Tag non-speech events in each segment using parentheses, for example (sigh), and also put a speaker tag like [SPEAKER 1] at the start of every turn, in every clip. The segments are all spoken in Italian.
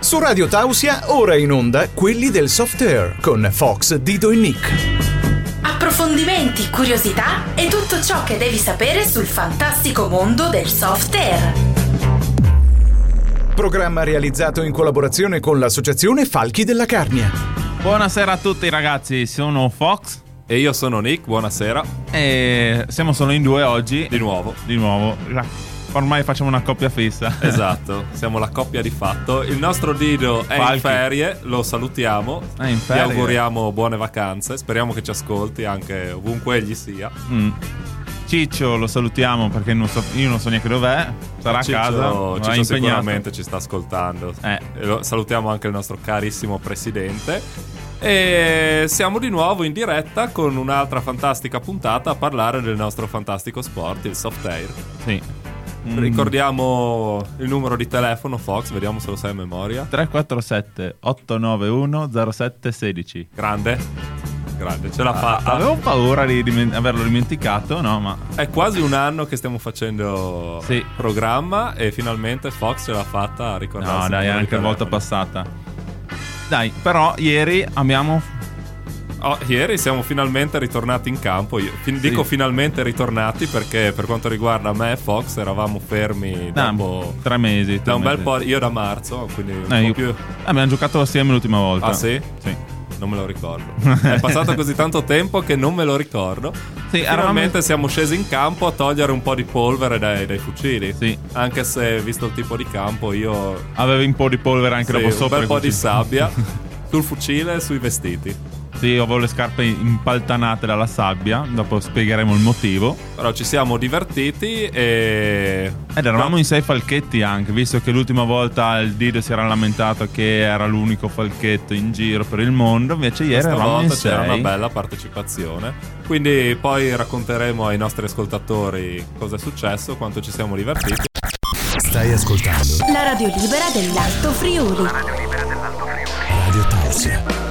[SPEAKER 1] Su Radio Tausia, ora in onda quelli del soft air con Fox, Dido e Nick.
[SPEAKER 2] Approfondimenti, curiosità e tutto ciò che devi sapere sul fantastico mondo del soft air.
[SPEAKER 1] Programma realizzato in collaborazione con l'associazione Falchi della Carnia.
[SPEAKER 3] Buonasera a tutti ragazzi, sono Fox
[SPEAKER 4] E io sono Nick, buonasera.
[SPEAKER 3] e siamo solo in due oggi. (laughs)
[SPEAKER 4] Di nuovo.
[SPEAKER 3] Di nuovo. La- Ormai facciamo una coppia fissa.
[SPEAKER 4] (laughs) Esatto, siamo la coppia di fatto. Il nostro Dido è
[SPEAKER 3] Falchi.
[SPEAKER 4] in ferie, lo salutiamo.
[SPEAKER 3] È in
[SPEAKER 4] Ti
[SPEAKER 3] ferie.
[SPEAKER 4] auguriamo buone vacanze. Speriamo che ci ascolti anche ovunque egli sia.
[SPEAKER 3] Mm. Ciccio lo salutiamo perché non so- io non so neanche dov'è. Sarà
[SPEAKER 4] Ciccio-
[SPEAKER 3] a casa. ma è
[SPEAKER 4] Ciccio
[SPEAKER 3] impegnato.
[SPEAKER 4] sicuramente ci sta ascoltando.
[SPEAKER 3] Eh.
[SPEAKER 4] E lo- salutiamo anche il nostro carissimo presidente. E siamo di nuovo in diretta con un'altra fantastica puntata a parlare del nostro fantastico sport, il soft air.
[SPEAKER 3] Eh, Sì. Mm.
[SPEAKER 4] Ricordiamo il numero di telefono Fox, vediamo se lo sai a memoria.
[SPEAKER 3] 347 891 0716.
[SPEAKER 4] Grande, grande, ce l'ha
[SPEAKER 3] Ah,
[SPEAKER 4] fatta.
[SPEAKER 3] Avevo paura di dimen- averlo dimenticato, no, ma
[SPEAKER 4] È quasi un anno che stiamo facendo
[SPEAKER 3] Sì.
[SPEAKER 4] programma e finalmente Fox ce l'ha fatta a ricordarsi.
[SPEAKER 3] No,
[SPEAKER 4] il
[SPEAKER 3] dai,
[SPEAKER 4] numero di
[SPEAKER 3] anche la volta
[SPEAKER 4] telefono.
[SPEAKER 3] passata. Dai, però ieri abbiamo
[SPEAKER 4] Oh, ieri siamo finalmente ritornati in campo. Io fin- Dico finalmente ritornati perché per quanto riguarda me e Fox eravamo fermi
[SPEAKER 3] da
[SPEAKER 4] dopo-
[SPEAKER 3] tre mesi. tre
[SPEAKER 4] da un bel
[SPEAKER 3] mesi.
[SPEAKER 4] po'. Io da marzo, quindi un
[SPEAKER 3] Eh,
[SPEAKER 4] po'
[SPEAKER 3] io-
[SPEAKER 4] più.
[SPEAKER 3] Abbiamo giocato assieme l'ultima volta.
[SPEAKER 4] Ah, sì?
[SPEAKER 3] Sì.
[SPEAKER 4] Non me lo ricordo.
[SPEAKER 3] (laughs)
[SPEAKER 4] È passato così tanto tempo che non me lo ricordo.
[SPEAKER 3] Sì,
[SPEAKER 4] E
[SPEAKER 3] eravamo-
[SPEAKER 4] Finalmente siamo scesi in campo a togliere un po' di polvere dai, dai fucili.
[SPEAKER 3] Sì.
[SPEAKER 4] Anche se, visto il tipo di campo, io.
[SPEAKER 3] Avevi un po' di polvere anche
[SPEAKER 4] sì,
[SPEAKER 3] dopo
[SPEAKER 4] un
[SPEAKER 3] sopra.
[SPEAKER 4] bel po'
[SPEAKER 3] così.
[SPEAKER 4] di
[SPEAKER 3] (laughs)
[SPEAKER 4] sabbia sul fucile e sui vestiti.
[SPEAKER 3] Sì, io avevo le scarpe impaltanate dalla sabbia. Dopo spiegheremo il motivo.
[SPEAKER 4] Però ci siamo divertiti e.
[SPEAKER 3] Ed Eh, eravamo
[SPEAKER 4] No.
[SPEAKER 3] in sei falchetti anche, visto che l'ultima volta il Dido si era lamentato che era l'unico falchetto in giro per il mondo. Invece ieri
[SPEAKER 4] Questa
[SPEAKER 3] eravamo in
[SPEAKER 4] volta
[SPEAKER 3] sei.
[SPEAKER 4] c'era una bella partecipazione. Quindi poi racconteremo ai nostri ascoltatori cosa è successo, quanto ci siamo divertiti.
[SPEAKER 1] Stai ascoltando
[SPEAKER 2] La radio libera dell'Alto Friuli.
[SPEAKER 1] Radio Tausia.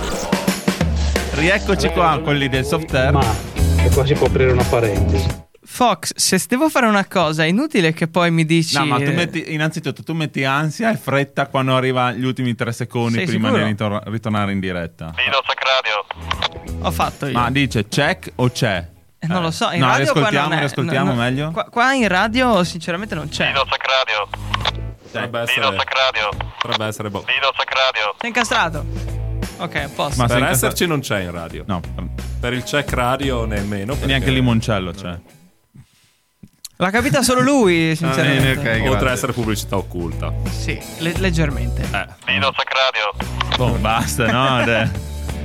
[SPEAKER 3] Rieccoci qua, quelli del soft air.
[SPEAKER 5] Ma, e qua si può aprire una parentesi.
[SPEAKER 6] Fox, se devo fare una cosa, è inutile che poi mi dici.
[SPEAKER 3] No, ma tu
[SPEAKER 6] eh,
[SPEAKER 3] metti, innanzitutto tu metti ansia e fretta quando arriva gli ultimi tre secondi
[SPEAKER 6] Sei
[SPEAKER 3] prima
[SPEAKER 6] sicuro?
[SPEAKER 3] di ritor- ritornare in diretta.
[SPEAKER 6] Ho fatto io.
[SPEAKER 3] Ma dice check o c'è?
[SPEAKER 6] Eh, non lo so. In
[SPEAKER 3] no,
[SPEAKER 6] radio qua
[SPEAKER 3] riascoltiamo,
[SPEAKER 6] non è-
[SPEAKER 3] riascoltiamo
[SPEAKER 6] no, no.
[SPEAKER 3] meglio.
[SPEAKER 6] Qua, qua in radio, sinceramente, non c'è.
[SPEAKER 4] Potrebbe essere. Potrebbe essere boh. bo-
[SPEAKER 6] Sei incastrato. Ok, a posto.
[SPEAKER 3] Ma-
[SPEAKER 4] Per
[SPEAKER 3] sei
[SPEAKER 4] esserci non c'è in radio.
[SPEAKER 3] No,
[SPEAKER 4] Per il check radio nemmeno. Perché...
[SPEAKER 3] neanche il limoncello c'è.
[SPEAKER 6] L'ha capita
[SPEAKER 3] (laughs)
[SPEAKER 6] solo lui, sinceramente.
[SPEAKER 3] Ah, bene, ok.
[SPEAKER 4] Oltre
[SPEAKER 3] grazie.
[SPEAKER 4] a essere pubblicità occulta.
[SPEAKER 6] Sì, le- leggermente.
[SPEAKER 4] Eh.
[SPEAKER 3] Boh, basta, no? De-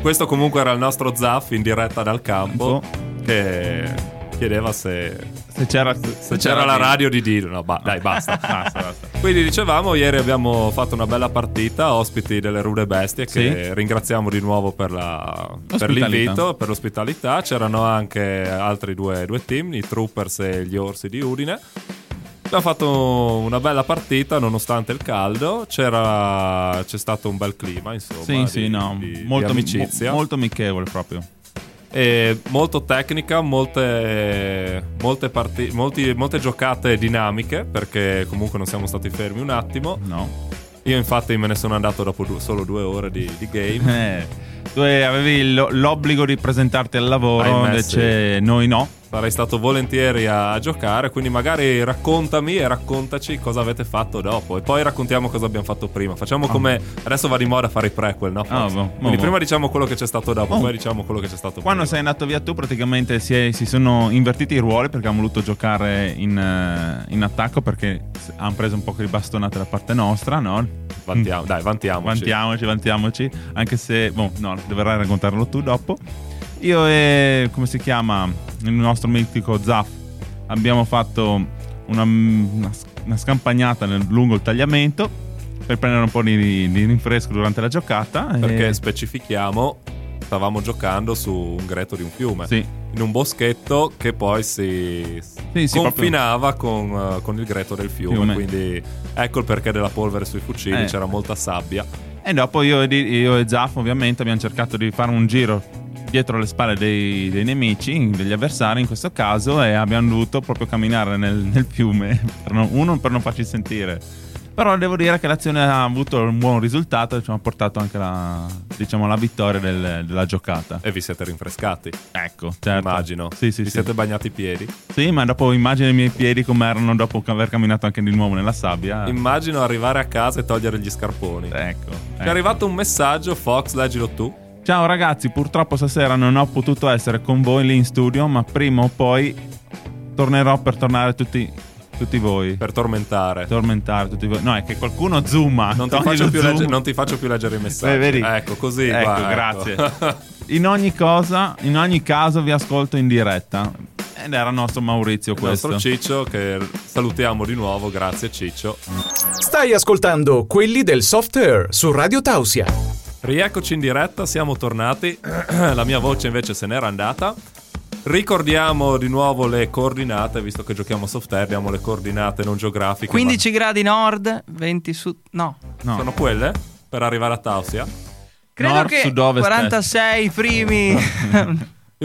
[SPEAKER 4] Questo comunque era il nostro Zaff in diretta dal campo
[SPEAKER 3] Boh.
[SPEAKER 4] che chiedeva se,
[SPEAKER 3] Se c'era,
[SPEAKER 4] se c'era la radio di Dino. No, ba- dai, basta.
[SPEAKER 3] (laughs) Basta, basta.
[SPEAKER 4] Quindi dicevamo, ieri abbiamo fatto una bella partita, ospiti delle Rude Bestie, che ringraziamo di nuovo per, la- per
[SPEAKER 3] Ospitalità.
[SPEAKER 4] l'invito, per l'ospitalità. C'erano anche altri due, due team, i Troopers e gli Orsi di Udine. Abbiamo fatto una bella partita nonostante il caldo, C'era, c'è stato un bel clima, insomma.
[SPEAKER 3] Sì,
[SPEAKER 4] di-
[SPEAKER 3] sì, no.
[SPEAKER 4] di- di
[SPEAKER 3] molto,
[SPEAKER 4] amicizia.
[SPEAKER 3] mo- molto amichevole proprio.
[SPEAKER 4] E molto tecnica, molte, molte, parti- molti- molte giocate dinamiche, perché comunque non siamo stati fermi un attimo.
[SPEAKER 3] No.
[SPEAKER 4] Io infatti me ne sono andato dopo du- solo due ore di, di
[SPEAKER 3] (laughs)
[SPEAKER 4] game.
[SPEAKER 3] Eh, tu avevi lo- l'obbligo di presentarti al lavoro,
[SPEAKER 4] Ahimè,
[SPEAKER 3] invece noi no.
[SPEAKER 4] Sarei stato volentieri a giocare, quindi magari raccontami e raccontaci cosa avete fatto dopo. E poi raccontiamo cosa abbiamo fatto prima. Facciamo come... Adesso va di moda fare i prequel, no? Fox?
[SPEAKER 3] Ah, boh, boh,
[SPEAKER 4] quindi
[SPEAKER 3] boh.
[SPEAKER 4] prima diciamo quello che c'è stato dopo,
[SPEAKER 3] Oh.
[SPEAKER 4] poi diciamo quello che c'è stato
[SPEAKER 3] Quando
[SPEAKER 4] prima.
[SPEAKER 3] sei andato via tu praticamente si, è- si sono invertiti i ruoli perché hanno voluto giocare in, eh, in attacco perché s- hanno preso un po' di bastonate da parte nostra, no?
[SPEAKER 4] Vantiamo, dai, vantiamoci.
[SPEAKER 3] Vantiamoci, vantiamoci, anche se, boh, no, dovrai raccontarlo tu dopo. Io e, come si chiama, il nostro mitico Zaff abbiamo fatto una, una- una scampagnata nel- lungo il tagliamento per prendere un po' di, di rinfresco durante la giocata. e-
[SPEAKER 4] Perché specifichiamo, stavamo giocando su un greto di un fiume.
[SPEAKER 3] Sì,
[SPEAKER 4] in un boschetto che poi si,
[SPEAKER 3] Sì, sì,
[SPEAKER 4] confinava con, eh, con il greto del fiume,
[SPEAKER 3] Fiume.
[SPEAKER 4] Quindi ecco il perché della polvere sui fucili,
[SPEAKER 3] Eh.
[SPEAKER 4] c'era molta sabbia.
[SPEAKER 3] E dopo io e, di- io e Zaff ovviamente abbiamo cercato di fare un giro dietro le spalle dei, dei nemici, degli avversari in questo caso, e abbiamo dovuto proprio camminare nel, nel fiume, per non- uno per non farci sentire Però devo dire che l'azione ha avuto un buon risultato, diciamo, ha portato anche la, diciamo, alla vittoria del- della giocata.
[SPEAKER 4] E vi siete rinfrescati,
[SPEAKER 3] Ecco, certo.
[SPEAKER 4] immagino.
[SPEAKER 3] Sì, sì,
[SPEAKER 4] vi
[SPEAKER 3] sì.
[SPEAKER 4] siete bagnati i piedi.
[SPEAKER 3] Sì, ma dopo immagino i miei piedi come erano dopo aver camminato anche di nuovo nella sabbia.
[SPEAKER 4] Immagino arrivare a casa e togliere gli scarponi.
[SPEAKER 3] ecco.
[SPEAKER 4] Ci è
[SPEAKER 3] ecco.
[SPEAKER 4] arrivato un messaggio, Fox, leggilo tu.
[SPEAKER 3] Ciao ragazzi, purtroppo stasera non ho potuto essere con voi lì in studio, ma prima o poi tornerò per tornare tutti, tutti voi. Per
[SPEAKER 4] Per tormentare.
[SPEAKER 3] tormentare tutti voi. No, è che qualcuno zooma.
[SPEAKER 4] Non ti,
[SPEAKER 3] togli
[SPEAKER 4] faccio
[SPEAKER 3] lo
[SPEAKER 4] più
[SPEAKER 3] zoom.
[SPEAKER 4] legge- non ti faccio più leggere i messaggi.
[SPEAKER 3] Eh, vedi?
[SPEAKER 4] Ecco, così.
[SPEAKER 3] Ecco,
[SPEAKER 4] qua,
[SPEAKER 3] grazie.
[SPEAKER 4] (laughs)
[SPEAKER 3] In ogni cosa, in ogni caso vi ascolto in diretta. Ed era il nostro Maurizio
[SPEAKER 4] Il
[SPEAKER 3] questo.
[SPEAKER 4] nostro Ciccio, che salutiamo di nuovo. Grazie, Ciccio.
[SPEAKER 1] Stai ascoltando quelli del soft air su Radio Tausia.
[SPEAKER 4] Rieccoci in diretta, siamo tornati. (clears throat) La mia voce invece se n'era andata. Ricordiamo di nuovo le coordinate, visto che giochiamo a soft air, diamo le coordinate non geografiche. ma
[SPEAKER 6] 15 gradi nord, 20 sud. No.
[SPEAKER 3] No.
[SPEAKER 4] Sono quelle per arrivare a Tausia.
[SPEAKER 6] Credo
[SPEAKER 3] Nord,
[SPEAKER 6] che
[SPEAKER 3] sud, ovest,
[SPEAKER 6] 46
[SPEAKER 3] (laughs)
[SPEAKER 6] primi.
[SPEAKER 4] Io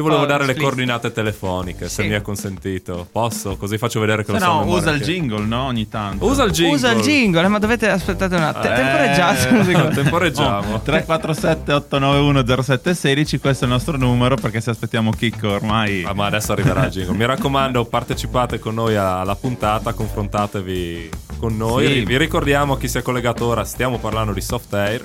[SPEAKER 4] volevo
[SPEAKER 6] Oh,
[SPEAKER 3] Ah,
[SPEAKER 4] dare le
[SPEAKER 6] split.
[SPEAKER 4] coordinate telefoniche, se
[SPEAKER 6] Sì.
[SPEAKER 4] mi è consentito. Posso? Così faccio vedere che
[SPEAKER 3] Se
[SPEAKER 4] lo so. a
[SPEAKER 3] no,
[SPEAKER 4] memoria
[SPEAKER 3] usa il
[SPEAKER 4] anche.
[SPEAKER 3] jingle, no? Ogni tanto.
[SPEAKER 4] Usa il jingle.
[SPEAKER 6] Usa il jingle, eh, ma dovete aspettate un attimo.
[SPEAKER 4] Eh,
[SPEAKER 6] Temporeggiate un secondo.
[SPEAKER 4] (laughs) temporeggiamo.
[SPEAKER 3] 347 891 0716 questo è il nostro numero perché se aspettiamo Chicco ormai
[SPEAKER 4] Ah, ma adesso arriverà il jingle. Mi raccomando, partecipate con noi alla puntata, confrontatevi con noi.
[SPEAKER 3] Sì.
[SPEAKER 4] Vi ricordiamo a chi si è collegato ora, stiamo parlando di soft air.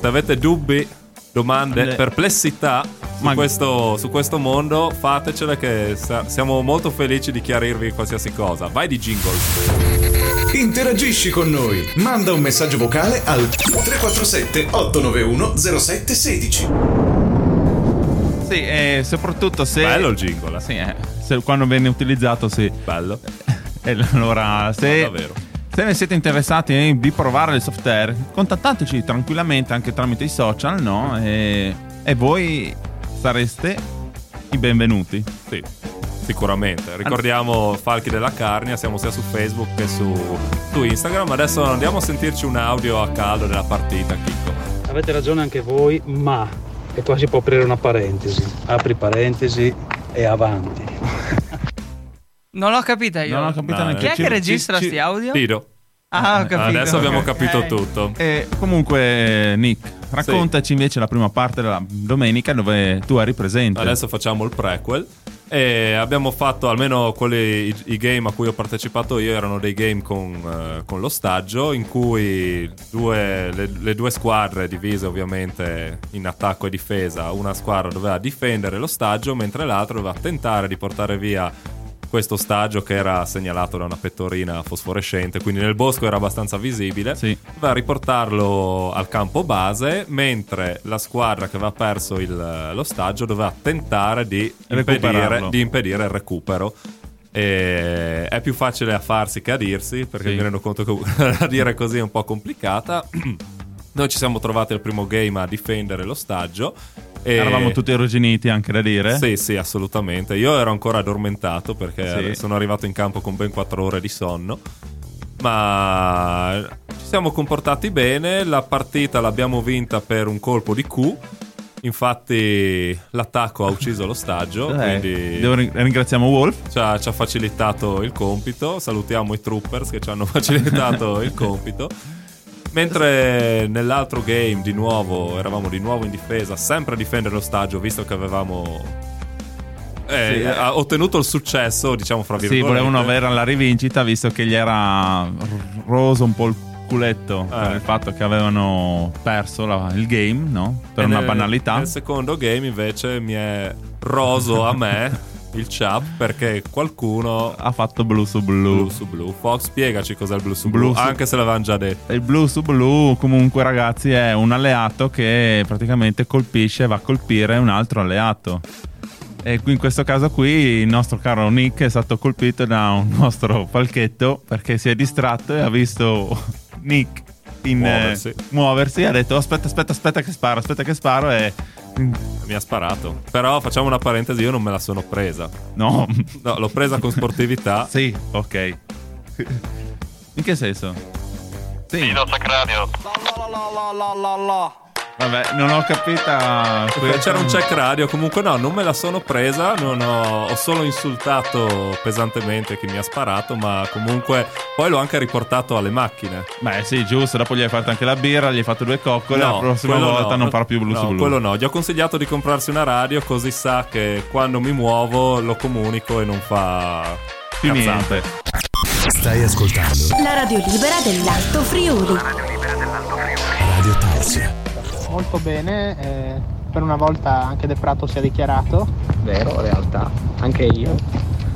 [SPEAKER 4] Se avete dubbi, domande,
[SPEAKER 3] Le-
[SPEAKER 4] perplessità su
[SPEAKER 3] Ma-
[SPEAKER 4] questo, su questo mondo, fatecele che sa- siamo molto felici di chiarirvi qualsiasi cosa. Vai di jingle.
[SPEAKER 1] Interagisci con noi. Manda un messaggio vocale al 347 891 0716.
[SPEAKER 3] Sì, e soprattutto se
[SPEAKER 4] Bello il jingle. eh.
[SPEAKER 3] Sì, eh, se- quando viene utilizzato sì
[SPEAKER 4] Bello.
[SPEAKER 3] E allora se
[SPEAKER 4] Ma davvero.
[SPEAKER 3] se ne siete interessati eh, di provare il soft air contattateci tranquillamente anche tramite i social no? e, e voi sareste i benvenuti
[SPEAKER 4] Sì, sicuramente. Ricordiamo Falchi della Carnia, siamo sia su Facebook che su, su Instagram. Adesso andiamo a sentirci un audio a caldo della partita, Chicco.
[SPEAKER 5] Avete ragione anche voi, ma e qua si può aprire una parentesi. Apri parentesi e avanti.
[SPEAKER 6] Non l'ho capita io.
[SPEAKER 3] Non ho capito
[SPEAKER 4] No,
[SPEAKER 3] neanche
[SPEAKER 6] Chi è
[SPEAKER 3] ci-
[SPEAKER 6] che
[SPEAKER 3] ci-
[SPEAKER 6] registra
[SPEAKER 3] ci-
[SPEAKER 6] sti audio?
[SPEAKER 4] Tiro.
[SPEAKER 6] Ah, ho capito.
[SPEAKER 4] Eh, Adesso abbiamo
[SPEAKER 6] ok. Eh.
[SPEAKER 4] capito
[SPEAKER 6] Ok.
[SPEAKER 4] tutto.
[SPEAKER 3] E comunque, Nick, raccontaci invece la prima parte della domenica dove tu eri presente.
[SPEAKER 4] Adesso facciamo il prequel. E abbiamo fatto almeno quelli, i, i game a cui ho partecipato io erano dei game con, eh, con l'ostaggio in cui due- le, le due squadre divise ovviamente in attacco e difesa, una squadra doveva difendere l'ostaggio mentre l'altra doveva tentare di portare via questo ostaggio che era segnalato da una pettorina fosforescente, quindi nel bosco era abbastanza visibile
[SPEAKER 3] Sì.
[SPEAKER 4] va a riportarlo al campo base, mentre la squadra che aveva perso il- l'ostaggio doveva tentare di impedire,
[SPEAKER 3] Recuperarlo.
[SPEAKER 4] di impedire il recupero. E è più facile a farsi che a dirsi, perché
[SPEAKER 3] Sì.
[SPEAKER 4] mi rendo conto che (laughs) a dire così è un po' complicata. (clears throat) Noi ci siamo trovati al primo game a difendere l'ostaggio. e-
[SPEAKER 3] Eravamo tutti erogeniti, anche da dire.
[SPEAKER 4] sì, sì, assolutamente. Io ero ancora addormentato perché
[SPEAKER 3] Sì.
[SPEAKER 4] sono arrivato in campo con ben 4 ore di sonno. Ma ci siamo comportati bene. La partita l'abbiamo vinta per un colpo di Q. Infatti, l'attacco ha ucciso l'ostaggio.
[SPEAKER 3] Eh,
[SPEAKER 4] quindi
[SPEAKER 3] devo ring- ringraziamo Wolf.
[SPEAKER 4] ci ha, ci ha facilitato il compito. Salutiamo i troopers che ci hanno (laughs) facilitato il compito. Mentre nell'altro game di nuovo eravamo di nuovo in difesa, sempre a difendere l'ostaggio, visto che avevamo eh,
[SPEAKER 3] Sì, eh.
[SPEAKER 4] ha ottenuto il successo, diciamo fra
[SPEAKER 3] Sì,
[SPEAKER 4] virgolette.
[SPEAKER 3] volevano avere la rivincita visto che gli era r- roso un po' il culetto
[SPEAKER 4] Eh.
[SPEAKER 3] per il fatto che avevano perso la- il game, no? Per
[SPEAKER 4] E
[SPEAKER 3] una
[SPEAKER 4] nel-
[SPEAKER 3] banalità.
[SPEAKER 4] Nel secondo game invece mi è roso
[SPEAKER 3] (laughs)
[SPEAKER 4] a me il chap perché qualcuno
[SPEAKER 3] Ha fatto blu su blu.
[SPEAKER 4] blu su blu. Fox spiegaci cos'è il blu su blu,
[SPEAKER 3] Blu su-
[SPEAKER 4] anche se l'avevano già detto.
[SPEAKER 3] Il blu su blu comunque ragazzi è un alleato che praticamente colpisce, va a colpire un altro alleato. E qui in questo caso qui il nostro caro Nick è stato colpito da un (laughs) nostro falchetto perché si è distratto e ha visto Nick in, eh,
[SPEAKER 4] Muoversi.
[SPEAKER 3] muoversi e ha detto aspetta aspetta aspetta che sparo, aspetta che sparo e...
[SPEAKER 4] Mi ha sparato. Però facciamo una parentesi, io non me la sono presa.
[SPEAKER 3] No,
[SPEAKER 4] (laughs) No, l'ho presa con sportività.
[SPEAKER 3] (laughs) sì, ok. In che senso? Sì,
[SPEAKER 7] Sacrario.
[SPEAKER 3] Vabbè, non ho capita.
[SPEAKER 4] Perché
[SPEAKER 3] questa-
[SPEAKER 4] C'era un check radio, comunque no, non me la sono presa, non ho, ho solo insultato pesantemente chi mi ha sparato, ma comunque poi l'ho anche riportato alle macchine.
[SPEAKER 3] Beh, sì, giusto. Dopo gli hai fatto anche la birra, gli hai fatto due coccole. la prossima
[SPEAKER 4] quello
[SPEAKER 3] volta
[SPEAKER 4] no.
[SPEAKER 3] non parlo più blu
[SPEAKER 4] No,
[SPEAKER 3] su blu.
[SPEAKER 4] quello no, gli ho consigliato di comprarsi una radio così sa che quando mi muovo lo comunico e non fa
[SPEAKER 3] Più
[SPEAKER 4] cazzate.
[SPEAKER 3] niente.
[SPEAKER 7] Stai ascoltando
[SPEAKER 2] La radio libera dell'Alto Friuli.
[SPEAKER 7] Radio Tausia.
[SPEAKER 8] molto bene, eh, per una volta anche De Prato si è dichiarato.
[SPEAKER 9] Vero, in realtà. Anche io.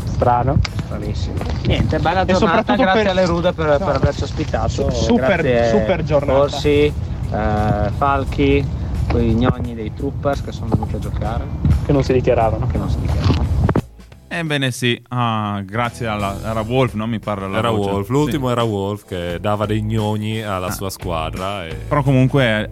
[SPEAKER 8] Strano.
[SPEAKER 9] Stranissimo. Niente, bella giornata.
[SPEAKER 8] soprattutto
[SPEAKER 9] Grazie
[SPEAKER 8] per-
[SPEAKER 9] alle Ruda per, per
[SPEAKER 8] No.
[SPEAKER 9] averci ospitato.
[SPEAKER 8] Super-
[SPEAKER 9] Grazie eh,
[SPEAKER 8] super giornata.
[SPEAKER 9] Orsi, eh, Falchi, quei gnogni dei troopers che sono venuti a giocare.
[SPEAKER 8] Che non si dichiaravano.
[SPEAKER 9] Che non si dichiarano.
[SPEAKER 3] Ebbene sì, Ah, grazie alla era Wolf, non mi parla la
[SPEAKER 4] Era
[SPEAKER 3] voce.
[SPEAKER 4] Wolf,
[SPEAKER 3] Sì. Ah.
[SPEAKER 4] l'ultimo era Wolf che dava dei gnogni alla sua squadra. E...
[SPEAKER 3] Però comunque eh,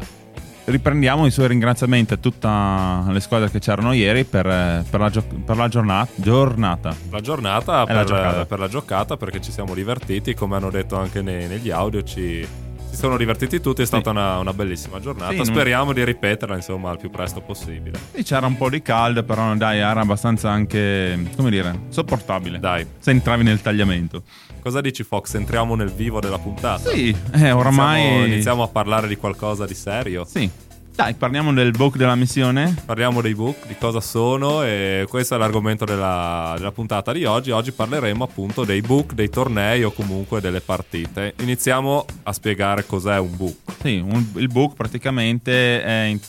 [SPEAKER 3] riprendiamo i suoi ringraziamenti a tutte le squadre che c'erano ieri per, eh, per la, gio- per la giornata, giornata.
[SPEAKER 4] La giornata
[SPEAKER 3] È
[SPEAKER 4] per
[SPEAKER 3] la
[SPEAKER 4] la
[SPEAKER 3] giocata.
[SPEAKER 4] giocata. per la giocata perché ci siamo divertiti, come hanno detto anche nei- negli audio, ci, si sono divertiti tutti, è stata una, una bellissima giornata.
[SPEAKER 3] Sì, non-
[SPEAKER 4] Speriamo di ripeterla insomma al più presto possibile.
[SPEAKER 3] Sì, c'era un po' di caldo, però dai, era abbastanza anche, come dire, sopportabile.
[SPEAKER 4] Dai.
[SPEAKER 3] Se entravi nel tagliamento.
[SPEAKER 4] Cosa dici Fox? Entriamo nel vivo della puntata?
[SPEAKER 3] Sì, eh, oramai...
[SPEAKER 4] Iniziamo, iniziamo a parlare di qualcosa di serio.
[SPEAKER 3] Sì. Dai, parliamo del book della missione.
[SPEAKER 4] Parliamo dei book, di cosa sono e questo è l'argomento della, della puntata di oggi. Oggi parleremo appunto dei book, dei tornei o comunque delle partite. Iniziamo a spiegare cos'è un book.
[SPEAKER 3] Sì, un- il book praticamente è in-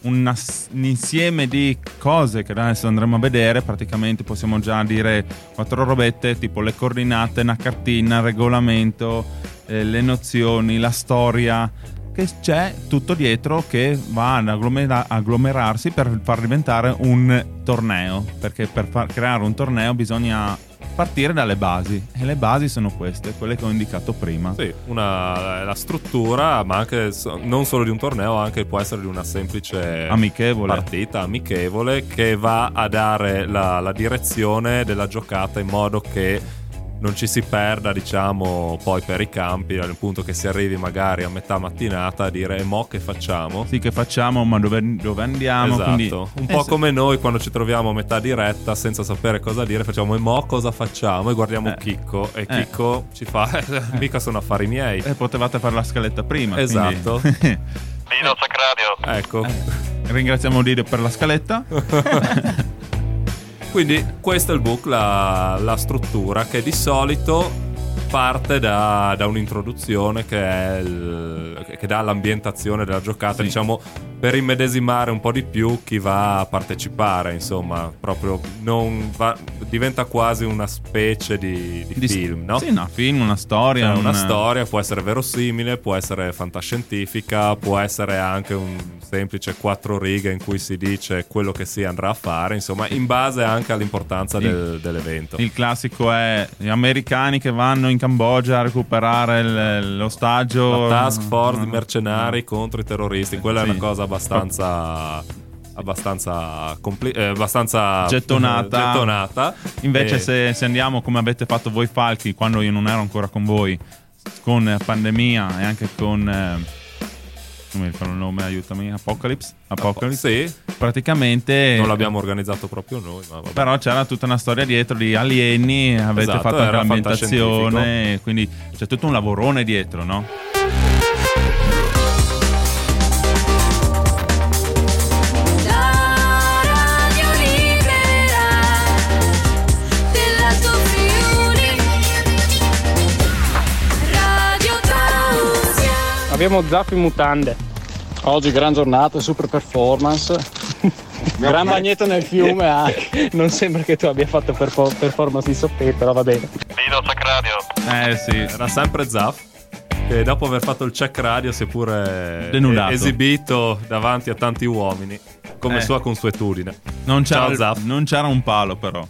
[SPEAKER 3] una s- un insieme di cose che adesso andremo a vedere. Praticamente possiamo già dire quattro robette, tipo le coordinate, una cartina, il regolamento, eh, le nozioni, la storia. Che c'è tutto dietro che va ad agglomera- agglomerarsi per far diventare un torneo. Perché per far creare un torneo bisogna partire dalle basi. E le basi sono queste, quelle che ho indicato prima.
[SPEAKER 4] Sì, una, la struttura, ma anche so- non solo di un torneo, anche può essere di una semplice
[SPEAKER 3] Amichevole.
[SPEAKER 4] partita amichevole che va a dare la, la direzione della giocata in modo che non ci si perda, diciamo, poi per i campi, al punto che si arrivi magari a metà mattinata a dire "E mo che facciamo.
[SPEAKER 3] Sì, che facciamo, ma dove, dove andiamo?
[SPEAKER 4] Esatto,
[SPEAKER 3] quindi-
[SPEAKER 4] un
[SPEAKER 3] Eh,
[SPEAKER 4] po'
[SPEAKER 3] sì.
[SPEAKER 4] come noi quando ci troviamo a metà diretta senza sapere cosa dire, facciamo e mo cosa facciamo e guardiamo
[SPEAKER 3] Eh.
[SPEAKER 4] Chicco e
[SPEAKER 3] Eh.
[SPEAKER 4] Chicco ci fa (laughs) mica sono affari miei.
[SPEAKER 3] Eh, potevate fare la scaletta prima. quindi-
[SPEAKER 4] Esatto.
[SPEAKER 10] Dino Sacrario.
[SPEAKER 4] Ecco.
[SPEAKER 3] (laughs) Ringraziamo Lido per la
[SPEAKER 4] (laughs)
[SPEAKER 3] scaletta.
[SPEAKER 4] Quindi questo è il book, la, la struttura che di solito parte da, da un'introduzione che, è il- che dà l'ambientazione della giocata,
[SPEAKER 3] Sì.
[SPEAKER 4] diciamo per immedesimare un po' di più chi va a partecipare, insomma, proprio non va- diventa quasi una specie di, di
[SPEAKER 3] Di-
[SPEAKER 4] film, no?
[SPEAKER 3] Sì, no, film, una storia.
[SPEAKER 4] Cioè, una
[SPEAKER 3] un-
[SPEAKER 4] storia può essere verosimile, può essere fantascientifica, può essere anche un semplice quattro righe in cui si dice quello che si andrà a fare, insomma, in base anche all'importanza
[SPEAKER 3] Sì.
[SPEAKER 4] del- dell'evento.
[SPEAKER 3] Il classico è gli americani che vanno in Cambogia a recuperare il- Ah, l'ostaggio.
[SPEAKER 4] La task force di mercenari contro i terroristi, quella è
[SPEAKER 3] Sì.
[SPEAKER 4] una cosa abbastanza abbastanza compli- eh, abbastanza
[SPEAKER 3] Gettonata.
[SPEAKER 4] (laughs) gettonata.
[SPEAKER 3] Invece,
[SPEAKER 4] Eh,
[SPEAKER 3] se, se andiamo come avete fatto voi, Falchi, quando io non ero ancora con voi, con eh, pandemia e anche con. eh, Come mi ricordo il nome, aiutami. Apocalypse. Apocalypse.
[SPEAKER 4] sì,
[SPEAKER 3] Praticamente.
[SPEAKER 4] non l'abbiamo organizzato proprio noi, ma vabbè.
[SPEAKER 3] Però c'era tutta una storia dietro di alieni, avete
[SPEAKER 4] Esatto,
[SPEAKER 3] fatto anche
[SPEAKER 4] era
[SPEAKER 3] l'ambientazione, e quindi c'è tutto un lavorone dietro, no?
[SPEAKER 8] Abbiamo Zappi mutande. Oggi gran giornata, super performance. gran bagnetto nel fiume anche. Non sembra che tu abbia fatto perfor- performance di soppè, però va bene.
[SPEAKER 10] Dino Sacrario.
[SPEAKER 3] Eh sì,
[SPEAKER 4] Era sempre Zaff che dopo aver fatto il check radio si è pure
[SPEAKER 3] Denudato.
[SPEAKER 4] esibito davanti a tanti uomini come
[SPEAKER 3] Eh.
[SPEAKER 4] sua consuetudine.
[SPEAKER 3] non c'era,
[SPEAKER 4] Ciao, Zaff.
[SPEAKER 3] non c'era un palo però.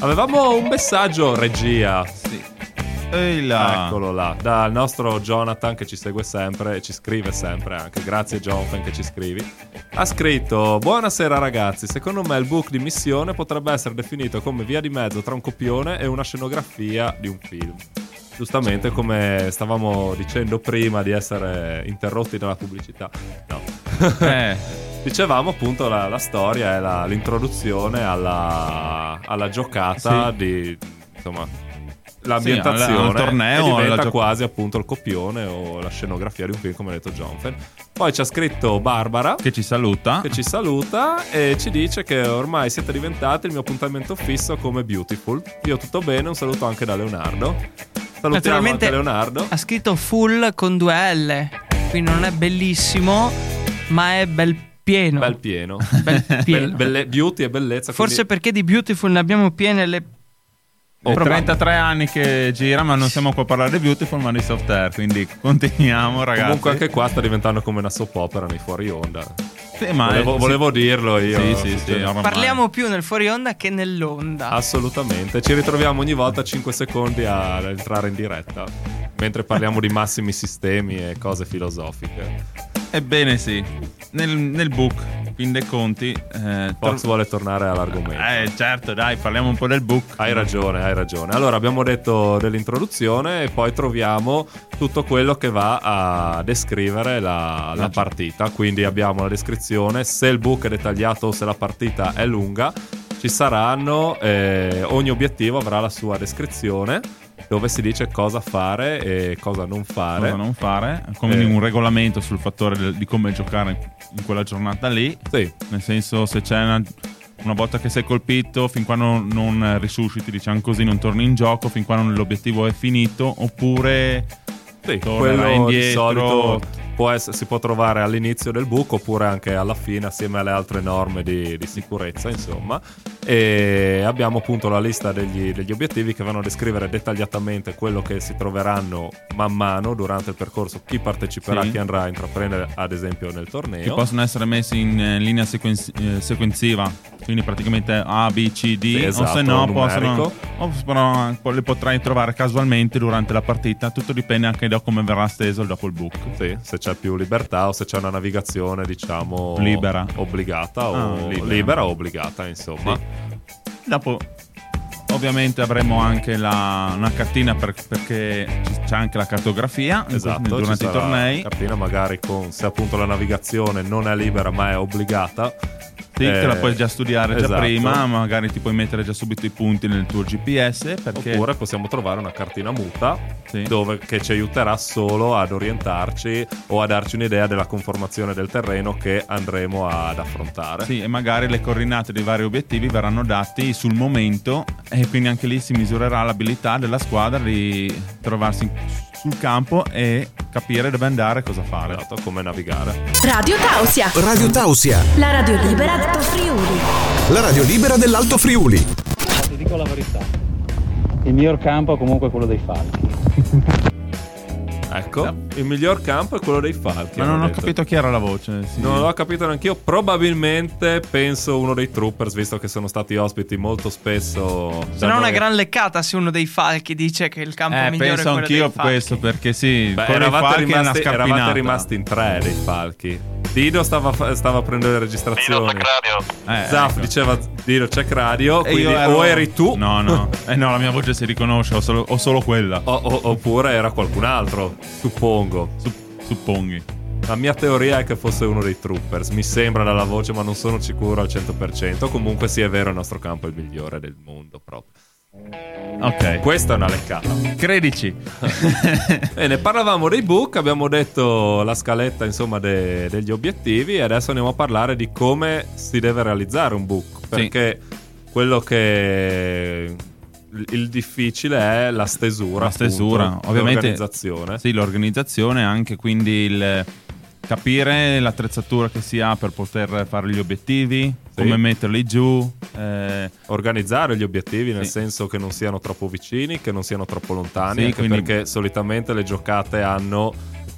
[SPEAKER 4] Avevamo un messaggio regia.
[SPEAKER 3] Ehi là.
[SPEAKER 4] Eccolo là, dal nostro Jonathan che ci segue sempre e ci scrive sempre anche. Grazie Jonathan che ci scrivi. Ha scritto: Buonasera ragazzi, secondo me il book di missione potrebbe essere definito come via di mezzo tra un copione e una scenografia di un film. giustamente come stavamo dicendo prima di essere interrotti dalla pubblicità. No.
[SPEAKER 3] Eh,
[SPEAKER 4] Dicevamo appunto la, la storia e la- l'introduzione alla, alla giocata
[SPEAKER 3] Sì.
[SPEAKER 4] di insomma l'ambientazione
[SPEAKER 3] Sì, al- al torneo,
[SPEAKER 4] e diventa
[SPEAKER 3] alla gio-
[SPEAKER 4] quasi appunto il copione o la scenografia di un film come ha detto Jonfen poi ci ha scritto Barbara
[SPEAKER 3] che ci saluta
[SPEAKER 4] che ci saluta e ci dice che ormai siete diventati il mio appuntamento fisso come Beautiful io tutto bene un saluto anche da Leonardo salutiamo
[SPEAKER 6] Naturalmente
[SPEAKER 4] anche Leonardo
[SPEAKER 6] ha scritto full con due L, quindi non è bellissimo, ma è bel pieno.
[SPEAKER 4] bel
[SPEAKER 3] (laughs)
[SPEAKER 4] pieno,
[SPEAKER 6] Bel pieno.
[SPEAKER 4] (laughs) Bel- belle- beauty e bellezza
[SPEAKER 6] Forse
[SPEAKER 4] quindi-
[SPEAKER 6] perché di Beautiful ne abbiamo piene le...
[SPEAKER 3] Ho
[SPEAKER 6] Proba-
[SPEAKER 3] 33 anni che gira, ma non siamo qua a parlare di Beautiful, ma di soft air. Quindi continuiamo, ragazzi.
[SPEAKER 4] comunque anche qua sta diventando come una soap opera nei fuori onda
[SPEAKER 3] Sì, ma-
[SPEAKER 4] volevo,
[SPEAKER 3] sì.
[SPEAKER 4] volevo dirlo io cioè,
[SPEAKER 3] Sì, sì, sì, ormai.
[SPEAKER 6] Parliamo più nel fuori onda che nell'onda.
[SPEAKER 4] Ah, Assolutamente, ci ritroviamo ogni volta 5 secondi ad entrare in diretta mentre parliamo di massimi sistemi e cose filosofiche.
[SPEAKER 3] Ebbene sì, nel, nel book, fin dei conti... Eh,
[SPEAKER 4] Fox vuole tornare all'argomento.
[SPEAKER 3] Eh certo, dai, parliamo un po' del book.
[SPEAKER 4] Hai ragione, hai ragione. Allora abbiamo detto dell'introduzione e poi troviamo tutto quello che va a descrivere la, la partita. Quindi abbiamo la descrizione, se il book è dettagliato o se la partita è lunga, ci saranno, eh, ogni obiettivo avrà la sua descrizione dove si dice cosa fare e cosa non fare.
[SPEAKER 3] Cosa non fare, come
[SPEAKER 4] Eh.
[SPEAKER 3] un regolamento sul fattore del- di come giocare in quella giornata lì.
[SPEAKER 4] Sì.
[SPEAKER 3] Nel senso, se c'è una, una volta che sei colpito, fin quando non risusciti, diciamo così, non torni in gioco, fin quando l'obiettivo è finito, oppure
[SPEAKER 4] Sì,
[SPEAKER 3] tornerai
[SPEAKER 4] quello di
[SPEAKER 3] indietro.
[SPEAKER 4] solito può ess- si può trovare all'inizio del buco oppure anche alla fine assieme alle altre norme di, di sicurezza insomma e abbiamo appunto la lista degli, degli obiettivi che vanno a descrivere dettagliatamente quello che si troveranno man mano durante il percorso chi parteciperà,
[SPEAKER 3] Sì.
[SPEAKER 4] chi andrà a intraprendere ad esempio nel
[SPEAKER 3] che
[SPEAKER 4] torneo
[SPEAKER 3] possono essere messi in eh, linea sequenz- eh, sequenziva, quindi praticamente A, B, C, D,
[SPEAKER 4] Sì,
[SPEAKER 3] o
[SPEAKER 4] esatto,
[SPEAKER 3] se no
[SPEAKER 4] numerico.
[SPEAKER 3] possono, o possono- po- le potrai trovare casualmente durante la partita, tutto dipende anche da come verrà steso dopo il book.
[SPEAKER 4] Sì, se c'è più libertà o se c'è una navigazione diciamo
[SPEAKER 3] Libera.
[SPEAKER 4] obbligata o
[SPEAKER 3] Ah,
[SPEAKER 4] libera.
[SPEAKER 3] libera.
[SPEAKER 4] o obbligata insomma
[SPEAKER 3] Dopo ovviamente avremo anche la, una cartina per- perché ci- c'è anche la cartografia in-
[SPEAKER 4] Esatto, ci
[SPEAKER 3] durante i
[SPEAKER 4] sarà
[SPEAKER 3] tornei.
[SPEAKER 4] la Cartina magari con se appunto la navigazione non è libera ma è obbligata.
[SPEAKER 3] Sì,
[SPEAKER 4] eh,
[SPEAKER 3] te la puoi già studiare
[SPEAKER 4] esatto.
[SPEAKER 3] già prima, magari ti puoi mettere già subito i punti nel tuo GPS perché
[SPEAKER 4] Oppure possiamo trovare una cartina muta
[SPEAKER 3] Sì.
[SPEAKER 4] dove, che ci aiuterà solo ad orientarci o a darci un'idea della conformazione del terreno che andremo ad affrontare.
[SPEAKER 3] Sì, e magari le coordinate dei vari obiettivi verranno dati sul momento e quindi anche lì si misurerà l'abilità della squadra di trovarsi sul campo e capire dove andare e cosa fare.
[SPEAKER 4] Esatto, come navigare.
[SPEAKER 2] Radio Tausia,
[SPEAKER 7] Radio Tausia,
[SPEAKER 2] la radio libera d'Alto Friuli.
[SPEAKER 7] la radio libera dell'Alto Friuli.
[SPEAKER 8] Ti dico la verità. Il miglior campo è comunque quello dei falchi.
[SPEAKER 4] Ecco, il miglior campo è quello dei falchi.
[SPEAKER 3] Ma non
[SPEAKER 4] hanno
[SPEAKER 3] ho
[SPEAKER 4] detto.
[SPEAKER 3] capito chi era la voce. sì.
[SPEAKER 4] Non l'ho capito neanch'io. Probabilmente penso uno dei troopers, visto che sono stati ospiti molto spesso. da
[SPEAKER 6] Sarà una
[SPEAKER 4] noi.
[SPEAKER 6] gran leccata se uno dei falchi dice che il campo
[SPEAKER 3] eh,
[SPEAKER 6] migliore è
[SPEAKER 3] penso
[SPEAKER 6] quello dei
[SPEAKER 3] anch'io
[SPEAKER 6] falchi.
[SPEAKER 3] questo perché sì,
[SPEAKER 4] Beh,
[SPEAKER 3] con i
[SPEAKER 4] eravate,
[SPEAKER 3] falchi è una
[SPEAKER 4] rimasti,
[SPEAKER 3] scappinata.
[SPEAKER 4] eravate rimasti in tre dei falchi. Dido stava, fa- stava prendendo le
[SPEAKER 10] Dino
[SPEAKER 4] registrazioni.
[SPEAKER 10] Sacrario.
[SPEAKER 3] Eh,
[SPEAKER 4] Zaf
[SPEAKER 3] ecco.
[SPEAKER 4] diceva Dido c'è radio,
[SPEAKER 3] E
[SPEAKER 4] quindi
[SPEAKER 3] io ero-
[SPEAKER 4] o eri tu
[SPEAKER 3] No, (laughs) no. Eh, no, la mia voce si riconosce, ho solo, ho solo quella.
[SPEAKER 4] (laughs) o- o- oppure era qualcun altro, suppongo.
[SPEAKER 3] Su- supponghi.
[SPEAKER 4] La mia teoria è che fosse uno dei troopers, mi sembra dalla voce ma non sono sicuro al 100%, comunque sì è vero il nostro campo è il migliore del mondo proprio.
[SPEAKER 3] Ok.
[SPEAKER 4] Questa è una leccata. (laughs)
[SPEAKER 3] Credici.
[SPEAKER 4] Bene, parlavamo dei book, abbiamo detto la scaletta insomma de- degli obiettivi e adesso andiamo a parlare di come si deve realizzare un book, perché quello che il- il difficile è la stesura,
[SPEAKER 3] La stesura,
[SPEAKER 4] appunto,
[SPEAKER 3] ovviamente.
[SPEAKER 4] l'organizzazione.
[SPEAKER 3] Sì, l'organizzazione, anche quindi il capire l'attrezzatura che si ha per poter fare gli obiettivi,
[SPEAKER 4] Sì.
[SPEAKER 3] come metterli giù. eh,
[SPEAKER 4] Organizzare gli obiettivi nel
[SPEAKER 3] Sì.
[SPEAKER 4] senso che non siano troppo vicini, che non siano troppo lontani,
[SPEAKER 3] Sì,
[SPEAKER 4] anche
[SPEAKER 3] quindi-
[SPEAKER 4] perché solitamente le giocate hanno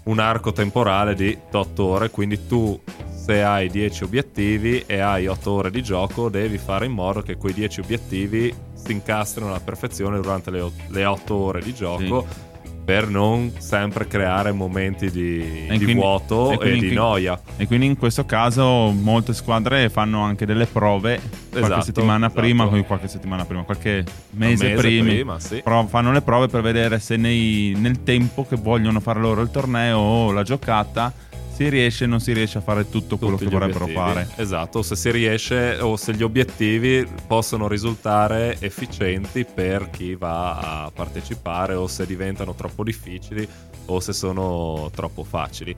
[SPEAKER 4] un arco temporale di 8 ore, quindi tu se hai 10 obiettivi e hai 8 ore di gioco devi fare in modo che quei 10 obiettivi si incastrino alla perfezione durante le, 8 ore di gioco. per non sempre creare momenti di,
[SPEAKER 3] E
[SPEAKER 4] di
[SPEAKER 3] quindi-
[SPEAKER 4] vuoto e,
[SPEAKER 3] quindi
[SPEAKER 4] di
[SPEAKER 3] in-
[SPEAKER 4] noia.
[SPEAKER 3] E quindi in questo caso molte squadre fanno anche delle prove qualche
[SPEAKER 4] Esatto,
[SPEAKER 3] settimana
[SPEAKER 4] esatto.
[SPEAKER 3] prima, poi qualche settimana prima, qualche mese,
[SPEAKER 4] mese
[SPEAKER 3] primi,
[SPEAKER 4] prima, sì.
[SPEAKER 3] Pro- fanno le prove per vedere se nei- nel tempo che vogliono fare loro il torneo o la giocata si riesce o non si riesce a fare tutto quello
[SPEAKER 4] Tutti
[SPEAKER 3] che
[SPEAKER 4] gli
[SPEAKER 3] vorrebbero
[SPEAKER 4] obiettivi.
[SPEAKER 3] fare.
[SPEAKER 4] Esatto, se si riesce o se gli obiettivi possono risultare efficienti per chi va a partecipare o se diventano troppo difficili o se sono troppo facili.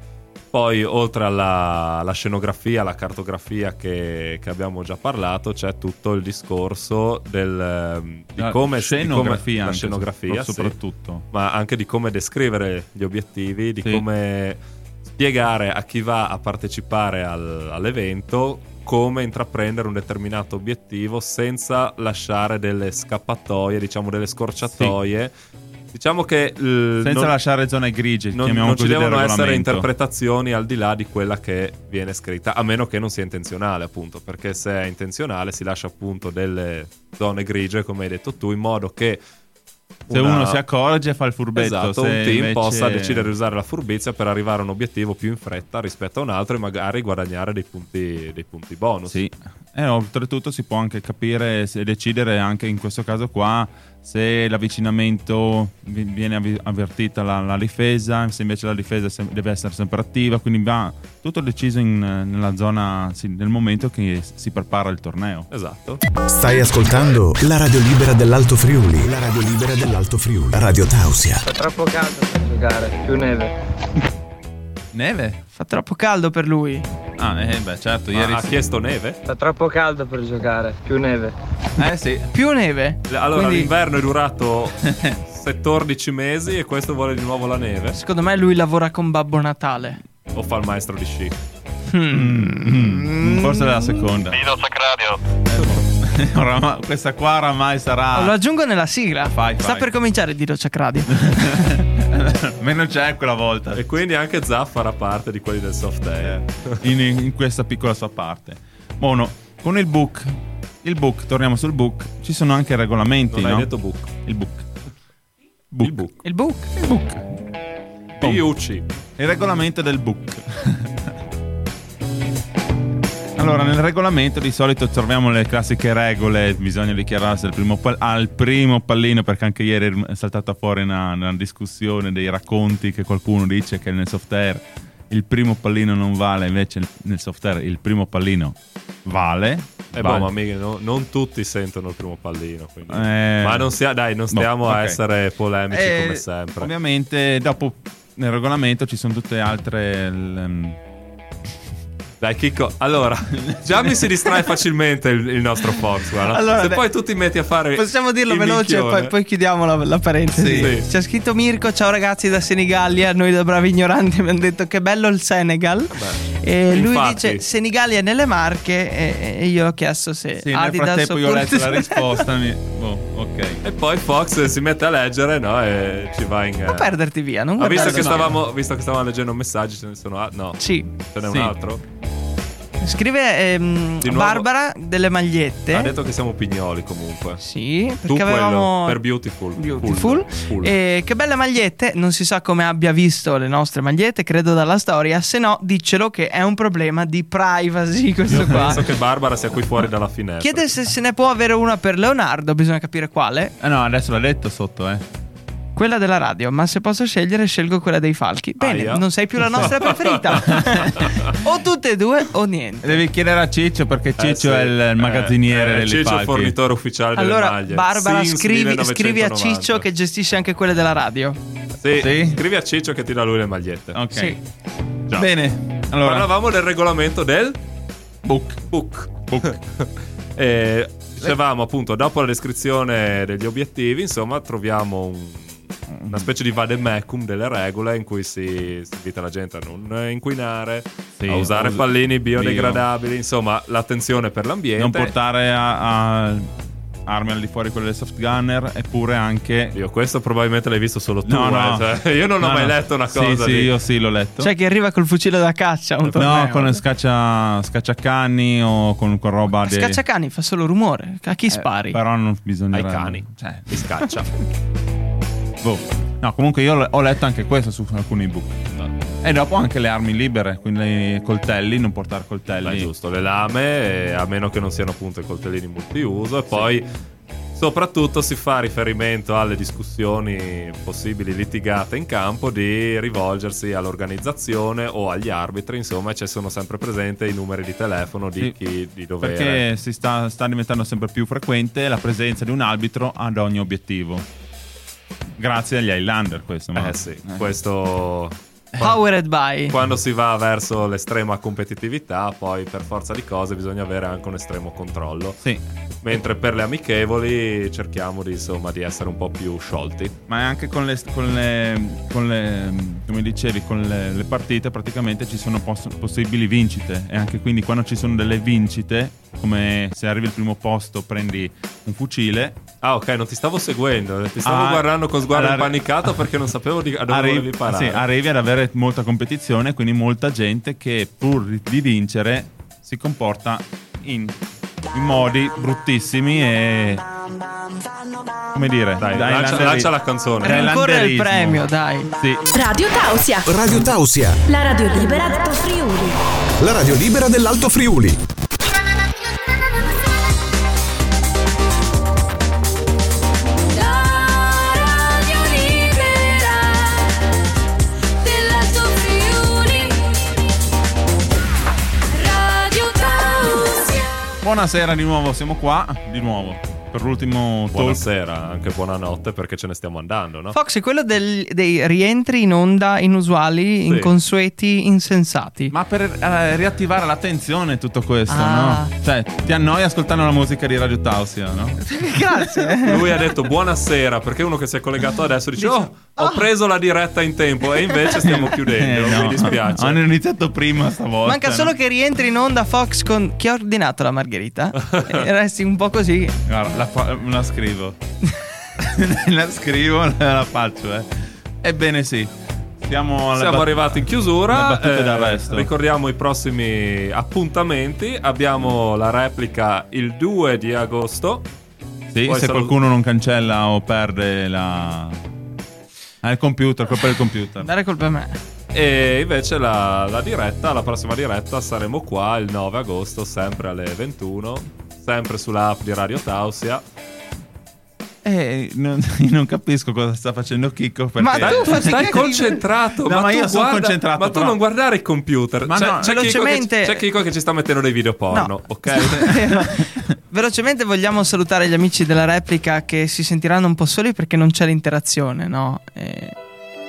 [SPEAKER 4] Poi oltre alla, alla scenografia, alla cartografia che, che abbiamo già parlato, c'è tutto il discorso del, ehm, di
[SPEAKER 3] La
[SPEAKER 4] come... di come-
[SPEAKER 3] scenografia
[SPEAKER 4] la
[SPEAKER 3] anche,
[SPEAKER 4] scenografia, sì.
[SPEAKER 3] soprattutto.
[SPEAKER 4] ma anche di come descrivere gli obiettivi, di
[SPEAKER 3] Sì.
[SPEAKER 4] come spiegare a chi va a partecipare al- all'evento come intraprendere un determinato obiettivo senza lasciare delle scappatoie, diciamo delle scorciatoie. Diciamo che eh,
[SPEAKER 3] Senza
[SPEAKER 4] non-
[SPEAKER 3] lasciare zone grigie,
[SPEAKER 4] non,
[SPEAKER 3] chiamiamo
[SPEAKER 4] non ci
[SPEAKER 3] così del
[SPEAKER 4] devono essere
[SPEAKER 3] regolamento.
[SPEAKER 4] interpretazioni al di là di quella che viene scritta, a meno che non sia intenzionale, appunto, perché se è intenzionale si lascia appunto delle zone grigie, come hai detto tu, in modo che
[SPEAKER 3] Se
[SPEAKER 4] una-
[SPEAKER 3] uno si accorge fa il furbetto,
[SPEAKER 4] Esatto,
[SPEAKER 3] se
[SPEAKER 4] un team
[SPEAKER 3] invece-
[SPEAKER 4] possa decidere di usare la furbizia per arrivare a un obiettivo più in fretta rispetto a un altro e magari guadagnare dei punti, dei punti bonus.
[SPEAKER 3] Sì. E Eh, oltretutto si può anche capire e decidere anche in questo caso qua se l'avvicinamento vi- viene avvi- avvertita la, la difesa, se invece la difesa sem- deve essere sempre attiva, quindi va tutto deciso in, eh, nella zona, sì, nel momento che s- si prepara il torneo.
[SPEAKER 4] Esatto.
[SPEAKER 7] Stai ascoltando la radio libera dell'Alto Friuli. La radio libera dell'Alto Friuli. Radio Tausia.
[SPEAKER 9] Fa troppo caldo per giocare, più neve.
[SPEAKER 3] Neve?
[SPEAKER 6] Fa troppo caldo per lui.
[SPEAKER 3] Ah, eh, beh, certo, ieri
[SPEAKER 4] ha
[SPEAKER 3] sì.
[SPEAKER 4] chiesto neve?
[SPEAKER 9] Fa troppo caldo per giocare, più neve.
[SPEAKER 3] Eh sì.
[SPEAKER 6] Più neve.
[SPEAKER 4] Allora
[SPEAKER 6] Quindi,
[SPEAKER 4] l'inverno è
[SPEAKER 3] (laughs)
[SPEAKER 4] durato 14 mesi e questo vuole di nuovo la neve?
[SPEAKER 6] secondo me lui lavora con Babbo Natale. Hmm.
[SPEAKER 4] O fa il maestro di sci?
[SPEAKER 3] Mm, Forse la seconda. (laughs)
[SPEAKER 10] Lino Sacrario,
[SPEAKER 3] Oramai- questa qua oramai sarà
[SPEAKER 4] Ah.
[SPEAKER 3] (laughs)
[SPEAKER 6] Lo aggiungo nella sigla.
[SPEAKER 3] Fai,
[SPEAKER 6] Sta
[SPEAKER 3] fai.
[SPEAKER 6] per cominciare Dilo Cacradi.
[SPEAKER 3] meno c'è quella volta.
[SPEAKER 4] E quindi anche Zaff farà parte di quelli del soft
[SPEAKER 3] Eh.
[SPEAKER 4] air.
[SPEAKER 3] in, in questa piccola sua parte. Mono, con il book, il book, torniamo sul book, ci sono anche regolamenti,
[SPEAKER 4] Non hai
[SPEAKER 3] no?
[SPEAKER 4] detto book.
[SPEAKER 3] Il book.
[SPEAKER 4] Il book.
[SPEAKER 6] Il book.
[SPEAKER 3] Il book. Boom.
[SPEAKER 4] PUC.
[SPEAKER 3] Il regolamento del book. Allora, nel regolamento di solito troviamo le classiche regole, bisogna dichiararsi al primo, pal- al primo pallino perché anche ieri è saltata fuori una, una discussione dei racconti che qualcuno dice che nel soft air il primo pallino non vale, invece nel soft air il primo pallino vale.
[SPEAKER 4] E boh,
[SPEAKER 3] Vale.
[SPEAKER 4] ma mica, no- non tutti sentono il primo pallino. quindi-
[SPEAKER 3] Eh,
[SPEAKER 4] Ma non sia, dai, non
[SPEAKER 3] boh,
[SPEAKER 4] stiamo a
[SPEAKER 3] ok.
[SPEAKER 4] essere polemici
[SPEAKER 3] Eh,
[SPEAKER 4] come sempre.
[SPEAKER 3] Ovviamente dopo nel regolamento ci sono tutte altre... ehm,
[SPEAKER 4] Dai, Chicco, allora,
[SPEAKER 6] (laughs)
[SPEAKER 4] già mi si distrae facilmente il, il nostro Fox. Guarda.
[SPEAKER 6] Allora,
[SPEAKER 4] Se
[SPEAKER 6] dai.
[SPEAKER 4] poi tu ti metti a fare.
[SPEAKER 6] Possiamo dirlo
[SPEAKER 4] il
[SPEAKER 6] veloce e
[SPEAKER 4] minchione,
[SPEAKER 6] poi, poi chiudiamo la, la parentesi.
[SPEAKER 4] Sì.
[SPEAKER 6] C'è scritto Mirko, ciao ragazzi da Senigallia, noi da bravi ignoranti abbiamo detto che bello il Senegal. E Eh, lui
[SPEAKER 4] Ah, Infatti.
[SPEAKER 6] dice Senigallia è nelle Marche e, e io ho chiesto se
[SPEAKER 3] Sì, nel
[SPEAKER 6] Adidas
[SPEAKER 3] frattempo io ho
[SPEAKER 6] oppure-
[SPEAKER 3] letto la
[SPEAKER 6] (laughs)
[SPEAKER 3] risposta. mi- boh, ok.
[SPEAKER 4] E poi Fox si mette a leggere, no? E ci va in. eh,
[SPEAKER 6] non perderti via, non
[SPEAKER 4] Ha visto
[SPEAKER 6] guardare
[SPEAKER 4] che,
[SPEAKER 6] il mare.
[SPEAKER 4] stavamo, visto che stavamo leggendo messaggi, ce ne sono. Ah, no,
[SPEAKER 6] Sì.
[SPEAKER 4] ce n'è
[SPEAKER 3] Sì.
[SPEAKER 4] un altro.
[SPEAKER 6] Scrive ehm,
[SPEAKER 4] Di nuovo-
[SPEAKER 6] Barbara delle magliette.
[SPEAKER 4] Ha detto che siamo pignoli comunque.
[SPEAKER 6] Sì, perché
[SPEAKER 4] Tu quello,
[SPEAKER 6] avevamo
[SPEAKER 4] per Beautiful.
[SPEAKER 6] Beautiful.
[SPEAKER 4] Full. Full.
[SPEAKER 6] E Eh, che belle magliette, non si sa come abbia visto le nostre magliette, credo dalla storia, se no diccelo che è un problema di privacy questo qua.
[SPEAKER 4] Penso che Barbara sia qui fuori dalla finestra.
[SPEAKER 6] Chiede se se ne può avere una per Leonardo, bisogna capire quale.
[SPEAKER 3] Ah no, adesso l'ha detto sotto, eh.
[SPEAKER 6] Quella della radio, ma se posso scegliere scelgo quella dei falchi. Bene,
[SPEAKER 4] Aia.
[SPEAKER 6] non sei più
[SPEAKER 4] (laughs)
[SPEAKER 6] la nostra preferita. o tutte e due o niente.
[SPEAKER 3] Devi chiedere a Ciccio perché
[SPEAKER 4] Eh,
[SPEAKER 3] Ciccio
[SPEAKER 4] sì.
[SPEAKER 3] è il, il magazziniere
[SPEAKER 4] Eh, eh,
[SPEAKER 3] delle
[SPEAKER 4] Ciccio è il
[SPEAKER 3] palchi.
[SPEAKER 4] fornitore ufficiale delle
[SPEAKER 6] Allora,
[SPEAKER 4] maglie.
[SPEAKER 6] Barbara,
[SPEAKER 4] Since
[SPEAKER 6] scrivi,
[SPEAKER 4] 1990.
[SPEAKER 6] scrivi a Ciccio che gestisce anche quelle della radio.
[SPEAKER 4] Sì,
[SPEAKER 3] Sì?
[SPEAKER 4] scrivi a Ciccio che tira lui le magliette.
[SPEAKER 3] Ok.
[SPEAKER 6] Sì.
[SPEAKER 4] Già.
[SPEAKER 3] Bene. Allora,
[SPEAKER 4] Parlavamo del regolamento del
[SPEAKER 3] book.
[SPEAKER 4] book. Eh, dicevamo appunto, dopo la descrizione degli obiettivi, insomma, troviamo un- una specie di vademecum delle regole in cui si, si invita la gente a non inquinare,
[SPEAKER 3] Sì,
[SPEAKER 4] a usare
[SPEAKER 3] us-
[SPEAKER 4] pallini biodegradabili, insomma, l'attenzione per l'ambiente.
[SPEAKER 3] Non portare a, a armi al di fuori quelle del soft gunner, eppure anche...
[SPEAKER 4] Io questo probabilmente l'hai visto solo tu.
[SPEAKER 3] No, no.
[SPEAKER 4] eh, cioè, io non
[SPEAKER 3] No,
[SPEAKER 4] ho mai
[SPEAKER 3] no.
[SPEAKER 4] letto una
[SPEAKER 3] Sì,
[SPEAKER 4] cosa
[SPEAKER 3] Sì,
[SPEAKER 4] di...
[SPEAKER 3] io sì, l'ho letto.
[SPEAKER 6] Cioè, che arriva col fucile da caccia. a Un
[SPEAKER 3] no,
[SPEAKER 6] torneo.
[SPEAKER 3] con scaccia, scacciacanni o con, con roba de-
[SPEAKER 6] Scacciacani fa solo
[SPEAKER 4] Eh,
[SPEAKER 3] Eh,
[SPEAKER 6] rumore. A chi spari?
[SPEAKER 3] Però non bisogna...
[SPEAKER 4] Ai cani.
[SPEAKER 3] Cioè,
[SPEAKER 4] Mi scaccia.
[SPEAKER 3] (laughs) boh. No, comunque io ho letto anche questo su alcuni ebook.
[SPEAKER 4] Esatto.
[SPEAKER 3] E dopo anche le armi libere, quindi i coltelli, non portare coltelli.
[SPEAKER 4] Ma è giusto, le lame, eh, a meno che non siano appunto i coltellini multiuso, e poi soprattutto si fa riferimento alle discussioni possibili litigate in campo di rivolgersi all'organizzazione o agli arbitri, insomma, ci sono sempre presenti i numeri di telefono di chi di dovere.
[SPEAKER 3] Perché si sta, sta diventando sempre più frequente la presenza di un arbitro ad ogni obiettivo. Grazie agli Highlander questo. ma-
[SPEAKER 4] Eh sì, questo
[SPEAKER 6] Powered by.
[SPEAKER 4] quando si va verso l'estrema competitività, poi per forza di cose bisogna avere anche un estremo controllo.
[SPEAKER 3] Sì.
[SPEAKER 4] Mentre per le amichevoli cerchiamo di, insomma, di essere un po' più sciolti.
[SPEAKER 3] Ma anche con le, con le- con le- come dicevi, con le, le partite praticamente ci sono poss- possibili vincite. E anche quindi quando ci sono delle vincite, come se arrivi al primo posto prendi un fucile.
[SPEAKER 4] Ah, ok, non ti stavo seguendo, ti stavo
[SPEAKER 3] Ah,
[SPEAKER 4] guardando con sguardo
[SPEAKER 3] allora-
[SPEAKER 4] impanicato perché non sapevo di, a dove
[SPEAKER 3] Arrivi-
[SPEAKER 4] volevi parare.
[SPEAKER 3] sì, arrivi ad avere molta competizione, quindi molta gente che pur di vincere si comporta in, in modi bruttissimi e... Come dire?
[SPEAKER 4] Dai, lancia-
[SPEAKER 3] Landeri-
[SPEAKER 4] lancia la canzone.
[SPEAKER 3] Dai,
[SPEAKER 6] Rincorre il
[SPEAKER 3] landerismo.
[SPEAKER 6] premio, dai.
[SPEAKER 3] Sì.
[SPEAKER 2] Radio Tausia,
[SPEAKER 7] Radio Tausia,
[SPEAKER 2] la radio libera d'Alto Friuli.
[SPEAKER 7] la radio libera dell'Alto Friuli.
[SPEAKER 11] radio libera dell'Alto Friuli. Radio Tausia.
[SPEAKER 3] Buonasera di nuovo, siamo qua, di nuovo, per l'ultimo talk.
[SPEAKER 4] Buonasera, anche buonanotte perché ce ne stiamo andando, no?
[SPEAKER 6] Fox, è quello del- dei rientri in onda inusuali, inconsueti, insensati.
[SPEAKER 3] Ma per eh, riattivare l'attenzione tutto questo,
[SPEAKER 6] Ah.
[SPEAKER 3] no? Cioè, ti annoi ascoltando la musica di Radio Tausia, no?
[SPEAKER 6] Grazie.
[SPEAKER 4] Lui ha detto buonasera perché uno che si è collegato adesso dice oh, ho preso la diretta in tempo e invece stiamo chiudendo,
[SPEAKER 3] "Ah." (laughs) Eh, no.
[SPEAKER 4] mi dispiace.
[SPEAKER 3] Hanno iniziato prima stavolta.
[SPEAKER 6] Manca solo che rientri in onda Fox con chi ha ordinato la margherita.
[SPEAKER 3] (laughs)
[SPEAKER 6] e resti un po' così.
[SPEAKER 3] Guarda, la, fa- la scrivo. (laughs) la scrivo, la faccio, eh. Ebbene sì. Siamo, alla
[SPEAKER 4] Siamo
[SPEAKER 3] bat-
[SPEAKER 4] arrivati in
[SPEAKER 3] alla
[SPEAKER 4] chiusura,
[SPEAKER 3] battuta
[SPEAKER 4] eh,
[SPEAKER 3] d'arresto.
[SPEAKER 4] ricordiamo i prossimi appuntamenti, abbiamo la replica il 2 di agosto,
[SPEAKER 3] Sì,
[SPEAKER 4] Puoi
[SPEAKER 3] se
[SPEAKER 4] salu-
[SPEAKER 3] qualcuno non cancella o perde la... Ah, il computer, colpa del computer.
[SPEAKER 6] Dare colpa a me.
[SPEAKER 4] E invece la, la diretta, la prossima diretta saremo qua il 9 agosto, sempre alle 21, sempre sulla app di Radio Tausia.
[SPEAKER 3] Eh, non, (laughs) io non capisco cosa sta facendo Chicco perché...
[SPEAKER 6] Ma tu fai-
[SPEAKER 4] Stai
[SPEAKER 6] che-
[SPEAKER 4] concentrato,
[SPEAKER 3] No,
[SPEAKER 4] ma,
[SPEAKER 3] ma
[SPEAKER 4] tu
[SPEAKER 3] io sono
[SPEAKER 4] guarda-
[SPEAKER 3] concentrato,
[SPEAKER 4] Ma tu
[SPEAKER 3] però.
[SPEAKER 4] non guardare il computer.
[SPEAKER 3] Ma
[SPEAKER 4] c'è,
[SPEAKER 3] no,
[SPEAKER 4] c'è Chico che-
[SPEAKER 6] velocemente-
[SPEAKER 4] c'è Chico che ci sta mettendo dei video
[SPEAKER 3] Oh,
[SPEAKER 4] porno,
[SPEAKER 6] (laughs) No.
[SPEAKER 3] (laughs)
[SPEAKER 4] ok?
[SPEAKER 6] Velocemente vogliamo salutare gli amici della replica che si sentiranno un po' soli perché non c'è l'interazione, no? Eh, E,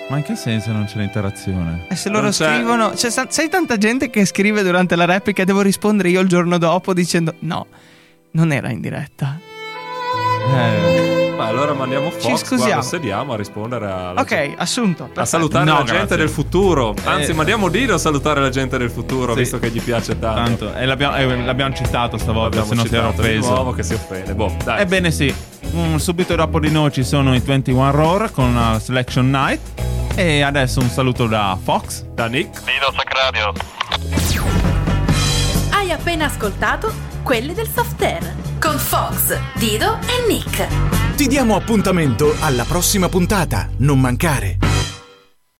[SPEAKER 3] Ma in che senso non c'è l'interazione?
[SPEAKER 6] e se loro
[SPEAKER 4] Non c'è-
[SPEAKER 6] scrivono... c'è sta- sai tanta gente che scrive durante la replica e devo rispondere io il giorno dopo dicendo no, non era in diretta.
[SPEAKER 3] Eh,
[SPEAKER 4] ma allora mandiamo Fox,
[SPEAKER 6] Ci scusiamo.
[SPEAKER 4] guarda, sediamo a rispondere alla
[SPEAKER 6] Ok, assunto.
[SPEAKER 4] A
[SPEAKER 6] perfetto.
[SPEAKER 4] salutare
[SPEAKER 3] No,
[SPEAKER 4] la
[SPEAKER 3] grazie.
[SPEAKER 4] gente del futuro. Anzi,
[SPEAKER 3] Eh.
[SPEAKER 4] mandiamo Dino a salutare la gente del futuro,
[SPEAKER 3] Sì.
[SPEAKER 4] visto che gli piace tanto.
[SPEAKER 3] tanto, e l'abbiamo, eh, l'abbiamo citato stavolta,
[SPEAKER 4] Abbiamo
[SPEAKER 3] se non si era
[SPEAKER 4] citato di nuovo
[SPEAKER 3] offeso.
[SPEAKER 4] che si offende. Boh, dai.
[SPEAKER 3] Ebbene sì, Mm, subito dopo di noi ci sono i 21 Roar con la Selection Night. E adesso un saluto da Fox.
[SPEAKER 4] da Nick.
[SPEAKER 10] Dino Sacrario.
[SPEAKER 2] Hai appena ascoltato quelli del soft air con Fox, Dido e Nick.
[SPEAKER 7] Ti diamo appuntamento alla prossima puntata. Non mancare.